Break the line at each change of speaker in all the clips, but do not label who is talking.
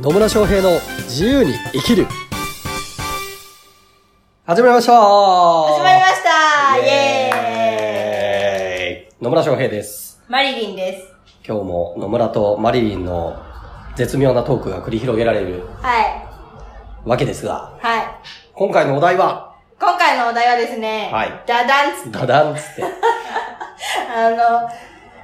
野村翔平の自由に生きる始まりました
始まりましたイエーイ
エーイ野村翔平です。
マリリンです。
今日も野村とマリリンの絶妙なトークが繰り広げられる
は
わけですが、
い。はい。
今回のお題は、
今回のお題はですね、
はい
ダダンつ、
ダダンっつ って、
あの、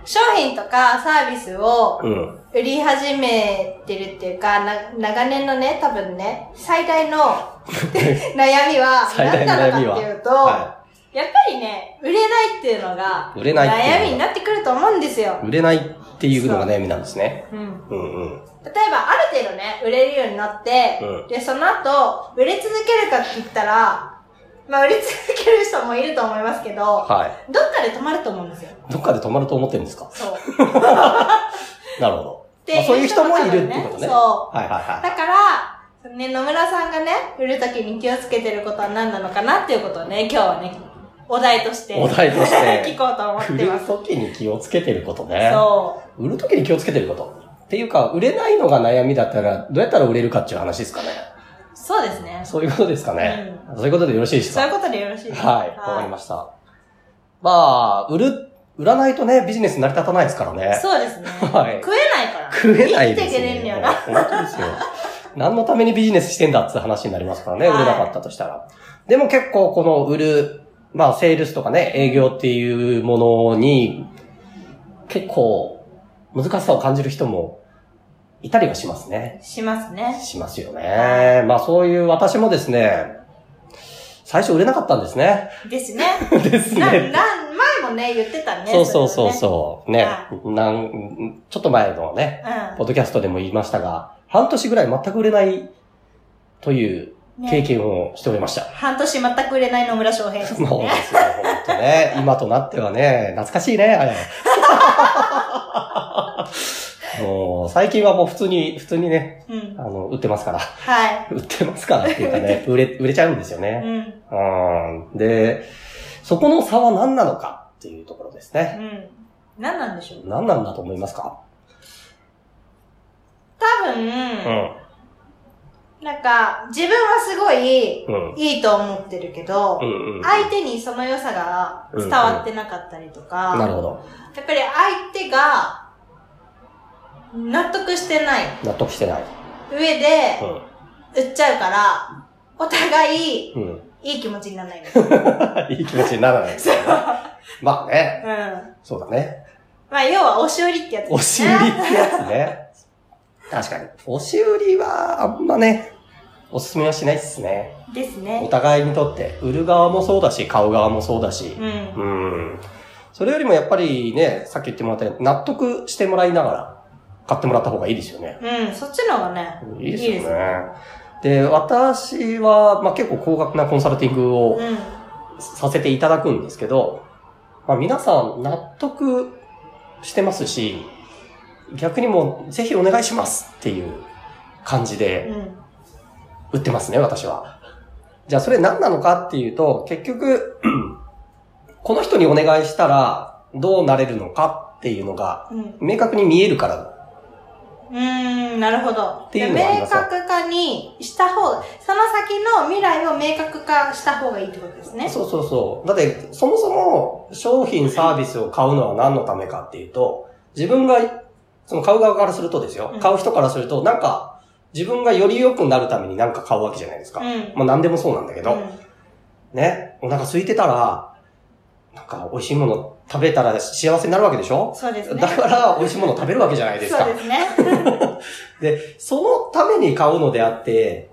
商品とかサービスを
うん、
売り始めてるっていうか、な長年のね、多分ね、最大の悩みは、
最
何
大の悩
な
み
のか
は、
っていうと、
は
やっぱりね、売れないっていうのが、
売れないっていうのが
悩みになってくると思うんですよ。
売れないっていうのが悩みなんですね。
うん。
うんうん。
例えば、ある程度ね、売れるようになって、
うん
で、その後、売れ続けるかって言ったら、まあ、売れ続ける人もいると思いますけど、
は
どっかで止まると思うんですよ。
い。どっかで止まると思ってるんですか
そう。
なるほど。
で
まあ、そういう人もいるってことね。
そ
はいはいは
だから、ね、野村さんがね、売るときに気をつけてることは何なのかなっていうことをね、今日はね、お題として、
い。お題とし
聞
て、
こうと思っ
売
て
る
ます。
ときに気をつけてることね。
そ
売るときに気をつけてること。っていうか、売れないのが悩みだったら、どうやったら売れるかっていう話ですかね。
う。そうですね。
そういうことですかね。そういうことでよろしいです
そう
か
いうことでよろしいですか
はい。わかりました。まあ、売る、売らないとね、ビジネス成り立たないですからね。
そうですね。
はい
食えないから。
食えないです
生きていけねえんだよ
よ
な。
本当ですよ。何のためにビジネスしてんだって話になりますからね、
はい
売れなかったとしたら。でも結構この売る、まあセールスとかね、営業っていうものに、結構難しさを感じる人もいたりはしますね。
しますね。
しますよね。まあそういう私もですね、最初売れなかったんです ね。
ですね。
です
な、
ね。
な、前もね、言ってたね。
そうそう
れ
そう
はね
そう。ね
は。
なん、ちょっと前のね、ポッドキャストでも言いましたが、半年ぐらい全く売れないという
うん。ね
経験をしておりました。
半年全く売れない野村翔平です
そうで
ね。
すよ、本当 ね。今となってはね、懐かしいね、 あれ。もう、最近はもう普通に、普通にね、
うん
あ。の、売ってますから。
は
売ってますからっていうか ね、売れ、売れちゃうんですよ
い。
ね。
うん。
うん。で、そこの差は何なのかっていうところです
う
ね。
ん。何なんでしょう
何なんだと思いますか
多分、
うん。
なんか、自分はすごい
うん。
いいと思ってるけど、
うんうん。
相手にその良さが伝わってなかったりとか、
なるほど。
やっぱり相手が納得してない
納得してない。
上で
う
売っちゃうから、お互い
ん。うん。
いい気持ちにならないんですよ。うん。
いい気持ちにならないですよね。まあね、そうだね。
まあ、要は押し売りってやつで
押
す
し
ね。
売りってやつね。確かに。押し売りは、あんまね、おすすめはしないっすね。
です
お
ね。
互いにとって、売る側もそうだし、買う側もそうだし
う。ん。
うん。それよりもやっぱりね、さっき言ってもらったように、納得してもらいながら、買ってもらった方がいいですよね。
うん、そっちの方がね。
いいです
いいで
よ
す
ね。で、私は、まあ、結構高額なコンサルティングを
うん。
させていただくんですけど、まあ、皆さん納得してますし、逆にもうぜひお願いしますっていう感じで
うん。
売ってますね、私は。じゃあそれ何なのかっていうと、結局、この人にお願いしたらどうなれるのかっていうのが
うん。
明確に見えるから。
うーん、なるほど。
っていうの
で
はあり
明
ますよ
確化にした方が、その先の未来を明確化した方がいいってことですね。
そうそうそう。だってそもそも商品サービスを買うのは何のためかっていうと、自分が、その買う側からするとですよ
うん、
買う人からするとなんか自分がより良くなるために何か買うわけじゃないですか。
うん。
まあ何でもそうなんだけど、
うん
ね、お腹空いてたら、なんか美味しいもの食べたら幸せになるわけでしょ
そうですね。
だから美味しいもの食べるわけじゃないですか
そう。ですね。
で、そのために買うのであって、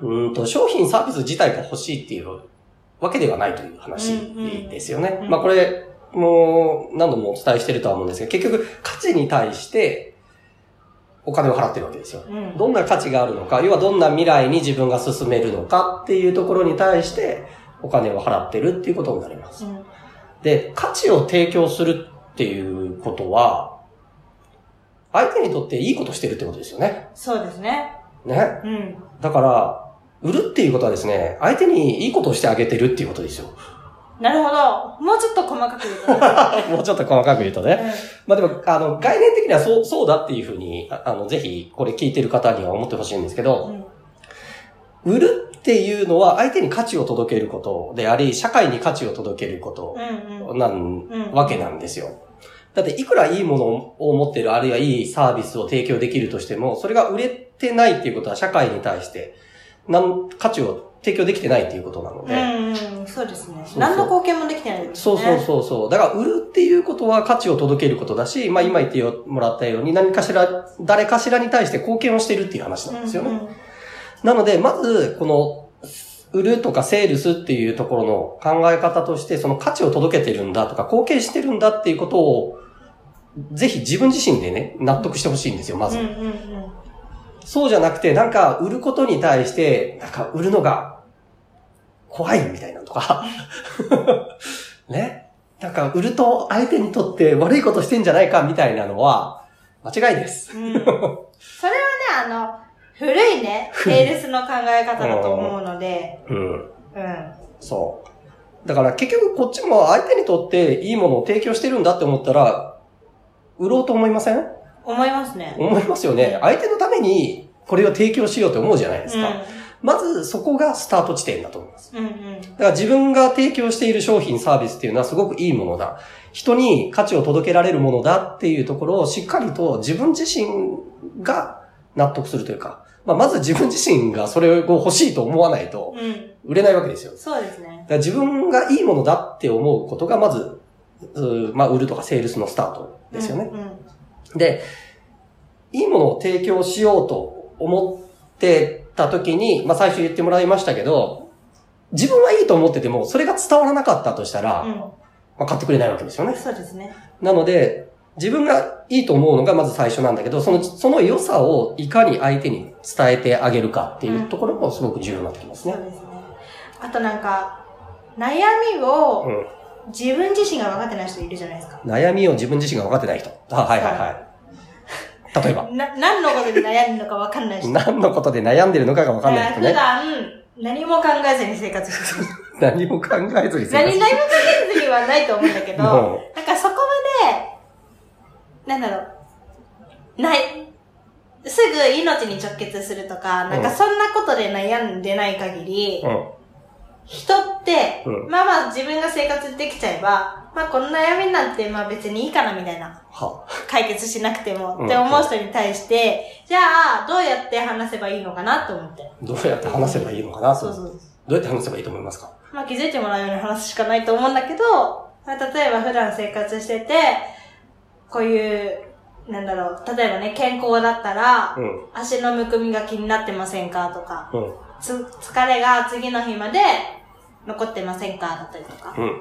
うーんと、商品サービス自体が欲しいっていうわけではないという話ですよね
うんう。ん
まあこれ、もう何度もお伝えしてるとは思うんですけど、結局価値に対してお金を払ってるわけですよ。
うん。
どんな価値があるのか、要はどんな未来に自分が進めるのかっていうところに対してお金を払ってるっていうことになります。
うん
で、価値を提供するっていうことは、相手にとっていいことしてるってことですよね。
そうですね。
ね。
うん。
だから、売るっていうことはですね、相手にいいことをしてあげてるっていうことですよ。
なるほど。もうちょっと細かく言うとね。
もうちょっと細かく言うと ね。まあでも、あの、概念的にはそう、そうだっていうふうに、ああの、ぜひ、これ聞いてる方には思ってほしいんですけ
う
ど、
ん
売るっていうのは相手に価値を届けることであり、社会に価値を届けること
うんうん。
なん、
うん
わけなんですよ。だって、いくらいいものを持ってる、あるいはいいサービスを提供できるとしても、それが売れてないっていうことは社会に対して、なん、価値を提供できてないっていうことなの
う
で、
んうん、そうですね
そう。
何の貢献もできてないです
そ
ね。
うそうそうそう。だから、売るっていうことは価値を届けることだし、まあ今言ってもらったように何かしら、誰かしらに対して貢献をしているっていう話なんですよね。
んん
なので、まず、この、売るとかセールスっていうところの考え方として、その価値を届けてるんだとか、貢献してるんだっていうことを、ぜひ自分自身でね、納得してほしいんですよ、まず。
うんうんうん。
そうじゃなくて、なんか、売ることに対して、なんか、売るのが、怖いみたいなのとか、 ね。なんか、売ると相手にとって悪いことしてんじゃないかみたいなのは、間違いです。
うんそれはね、あの、古いね、セールスの考え方だと思うので、
うん。
うん。
そう。だから、結局、こっちも相手にとっていいものを提供してるんだって思ったら、売ろうと思いません
思いますね。
思いますよね。相手のために、これを提供しようと思うじゃないですか。まず、そこがスタート地点だと思います。
うん。うん
だから自分が提供している商品サービスっていうのはすごくいいものだ。人に価値を届けられるものだっていうところをしっかりと自分自身が納得するというか、まあ、まず自分自身がそれを欲しいと思わないと
うん。うん。
売れないわけですよ。だか
そうですね。
ら自分がいいものだって思うことがまず、うーまあ、売るとかセールスのスタートですよね。
うん。うん
で、いいものを提供しようと思ってた時に、まあ最初言ってもらいましたけど、自分はいいと思ってても、それが伝わらなかったとしたら、まあ買ってくれないわけですよ
うん。
ね。
そうですね。
なので、自分がいいと思うのがまず最初なんだけど、その、その良さをいかに相手に伝えてあげるかっていうところもすごく重要になってきます
そう
ね。
ですね。あとなんか、悩み
う
を
ん。
自分自身が分かってない人いるじゃないですか。
悩みを自分自身が分かってない人。あ、はいはいはい。例え ば、
な、何のことで悩んでるのか分かんない人。
何のことで悩んでるのかが分かんない人
だ
ね。
から普段、何も考えずに生活してる。
何も考えずに生活
何、何も考えずにはないと思うんだけど、なん
もう
かそこまで、なんだろう、ない。すぐ命に直結するとか、なんかそんなことで悩んでない限り、
う
人って、
うん
まあまあ自分が生活できちゃえば、まあこの悩みなんてまあ別にいいかなみたいな。
ん。は。
解決しなくても
うん
って思う人に対して、じゃあどうやって話せばいいのかなと思って。
どうやって話せばいいのかな
そう
そ
そう。
どうやって話せばいいと思いますか
まあ気づいてもらうように話すしかないと思うんだけど、まあ例えば普段生活してて、こういう、なんだろう、例えばね、健康だったら、
うん。うん。
足のむくみが気になってませんかとか、つ、疲れが次の日まで残ってませんかだったりとか。
うん。
っ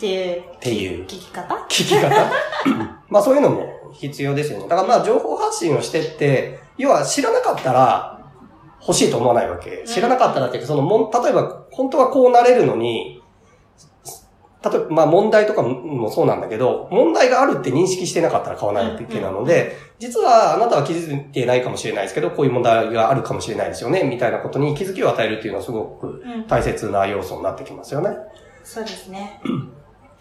ていう。
っていう
聞き方
聞き方 まあそういうのも必要ですよね。だからまあ情報発信をしてって、要は知らなかったら欲しいと思わないわけ。知らなかったらっていうか、そのもん、例えば本当はこうなれるのに、例えばまあ問題とかももそうなんだけど、問題があるって認識してなかったら買わないわけなので、実はあなたは気づいてないかもしれないですけど、こういう問題があるかもしれないですよね、みたいなことに気づきを与えるっていうのはすごく
うん。
大切な要素になってきますよね。
そうですね。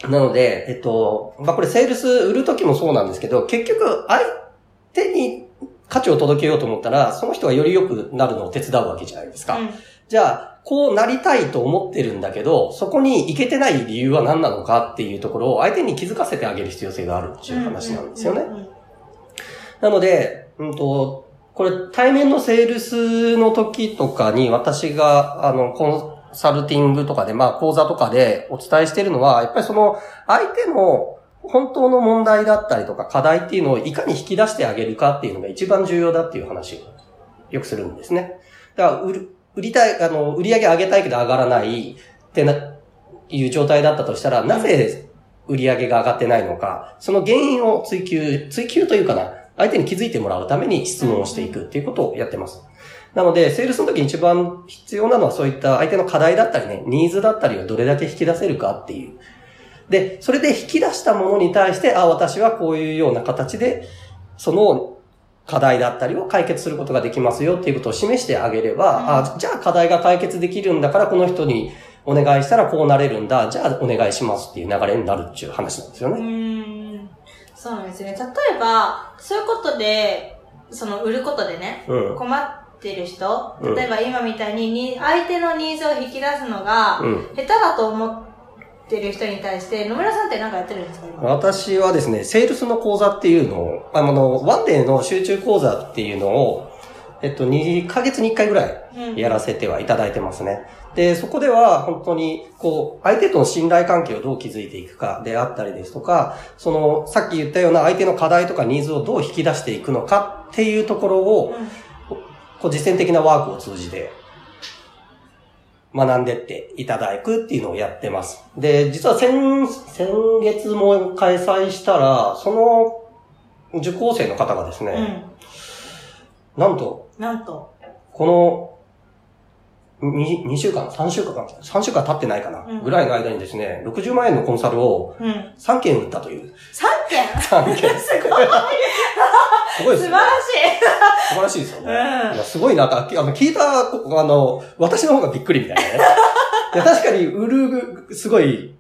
なので、えっと、まあ、これセールス売るときもそうなんですけど、結局相手に価値を届けようと思ったら、その人がより良くなるのを手伝うわけじゃないですか。
うん。
じゃあ、こうなりたいと思ってるんだけど、そこに行けてない理由は何なのかっていうところを相手に気づかせてあげる必要性があるっていう話なんですよね
う。んうんうん
なので、うんと、これ対面のセールスの時とかに私が、あの、コンサルティングとかで、まあ講座とかでお伝えしてるのは、やっぱりその相手の本当の問題だったりとか課題っていうのをいかに引き出してあげるかっていうのが一番重要だっていう話をよくするんですね。だから売る、売りたい、あの、売り上げ上げたいけど上がらないってな、いう状態だったとしたら、なぜ売り上げが上がってないのか、その原因を追求、追求というかな、相手に気づいてもらうために質問をしていくっていうことをやってます。なので、セールスの時に一番必要なのはそういった相手の課題だったりね、ニーズだったりをどれだけ引き出せるかっていう。で、それで引き出したものに対して、あ、私はこういうような形で、その課題だったりを解決することができますよっていうことを示してあげれば、
うん
あ、じゃあ課題が解決できるんだから、この人にお願いしたらこうなれるんだ、じゃあお願いしますっていう流れになるっていう話なんですよ
う
ね。
ーん。そうなんですね。例えば、そういうことで、その、売ることでね、
うん。
困ってる人、
うん
例えば今みたいにに、相手のニーズを引き出すのが、
うん。
下手だと思ってる人に対して、野村さんって何かやってるんですか今。
私はですね、セールスの講座っていうのを、あの、ワンデーの集中講座っていうのを、えっと、2ヶ月に1回ぐらい
うん
やらせてはいただいてますね。で、そこでは本当に、こう、相手との信頼関係をどう築いていくかであったりですとか、その、さっき言ったような相手の課題とかニーズをどう引き出していくのかっていうところを、
うん
こう、実践的なワークを通じて、学んでっていただくっていうのをやってます。で、実は先、先月も開催したら、その受講生の方がです
う
ね、
ん。
なんと、
なんと。
この、に2週間、3週間、3週間経ってないかな、
うん
ぐらいの間にですね、60万円のコンサルを
うん。3
3件売ったという。
件
3件。
すごい
すごいです
素晴
ね
ら。しい
素晴らしいですよね。
うん
いやすごいなと、あの、聞いた、あの、私の方がびっくりみたいなね。いや、確かに、売る、すごい、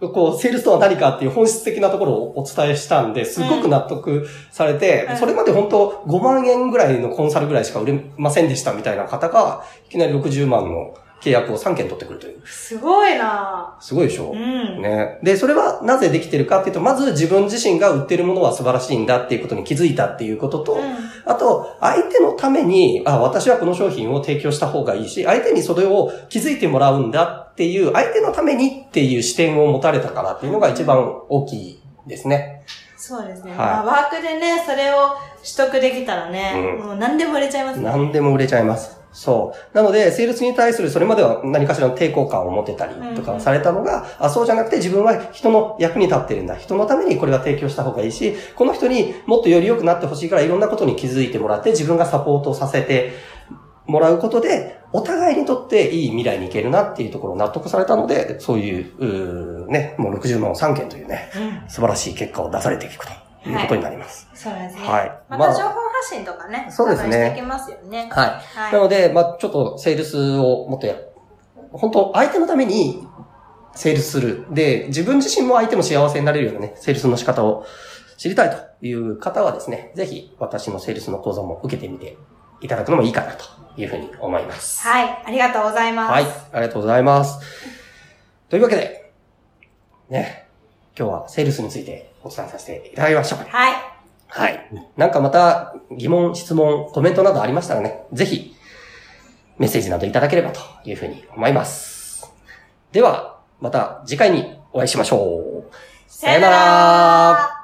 こう、セールスとは何かっていう本質的なところをお伝えしたんで、すごく納得されて、
うん
それまで本当5万円ぐらいのコンサルぐらいしか売れませんでしたみたいな方が、いきなり60万の契約を3件取ってくるという。
すごいな
すごいでしょ、
うん。
ね。で、それはなぜできてるかっていうと、まず自分自身が売ってるものは素晴らしいんだっていうことに気づいたっていうことと、
うん
あと、相手のために、あ、私はこの商品を提供した方がいいし、相手にそれを気づいてもらうんだっていう、相手のためにっていう視点を持たれたからっていうのが一番大きいですね。
そうですね。
はい
まあ、ワークでね、それを取得できたらね、
うん
もう何でも売れちゃいますね。
何でも売れちゃいます。そう。なので、セールスに対するそれまでは何かしらの抵抗感を持てたりと
うんう
か
ん
されたのが、あ、そうじゃなくて自分は人の役に立ってるんだ。人のためにこれは提供した方がいいし、この人にもっとより良くなってほしいからいろんなことに気づいてもらって自分がサポートさせてもらうことで、お互いにとっていい未来に行けるなっていうところを納得されたので、そういう、うーね、もう60万を3件というね、
うん。
素晴らしい結果を出されていくということになります。
そうですね。
はい
ま
ま
た
あ
情報発信とかね、
そうですね
多分していきますよね。
はい。
はい。
なので、まあちょっとセールスをもっとや、本当相手のためにセールスする。で、自分自身も相手も幸せになれるようなね、セールスの仕方を知りたいという方はですね、ぜひ私のセールスの講座も受けてみていただくのもいいかなというふうに思います。
はい。ありがとうございます。
はい、ありがとうございます。というわけで、ね、今日はセールスについてお伝えさせていただきましょう。
はい。
はい。なんかまた疑問、質問、コメントなどありましたらね、ぜひメッセージなどいただければというふうに思います。では、また次回にお会いしましょう。
さよなら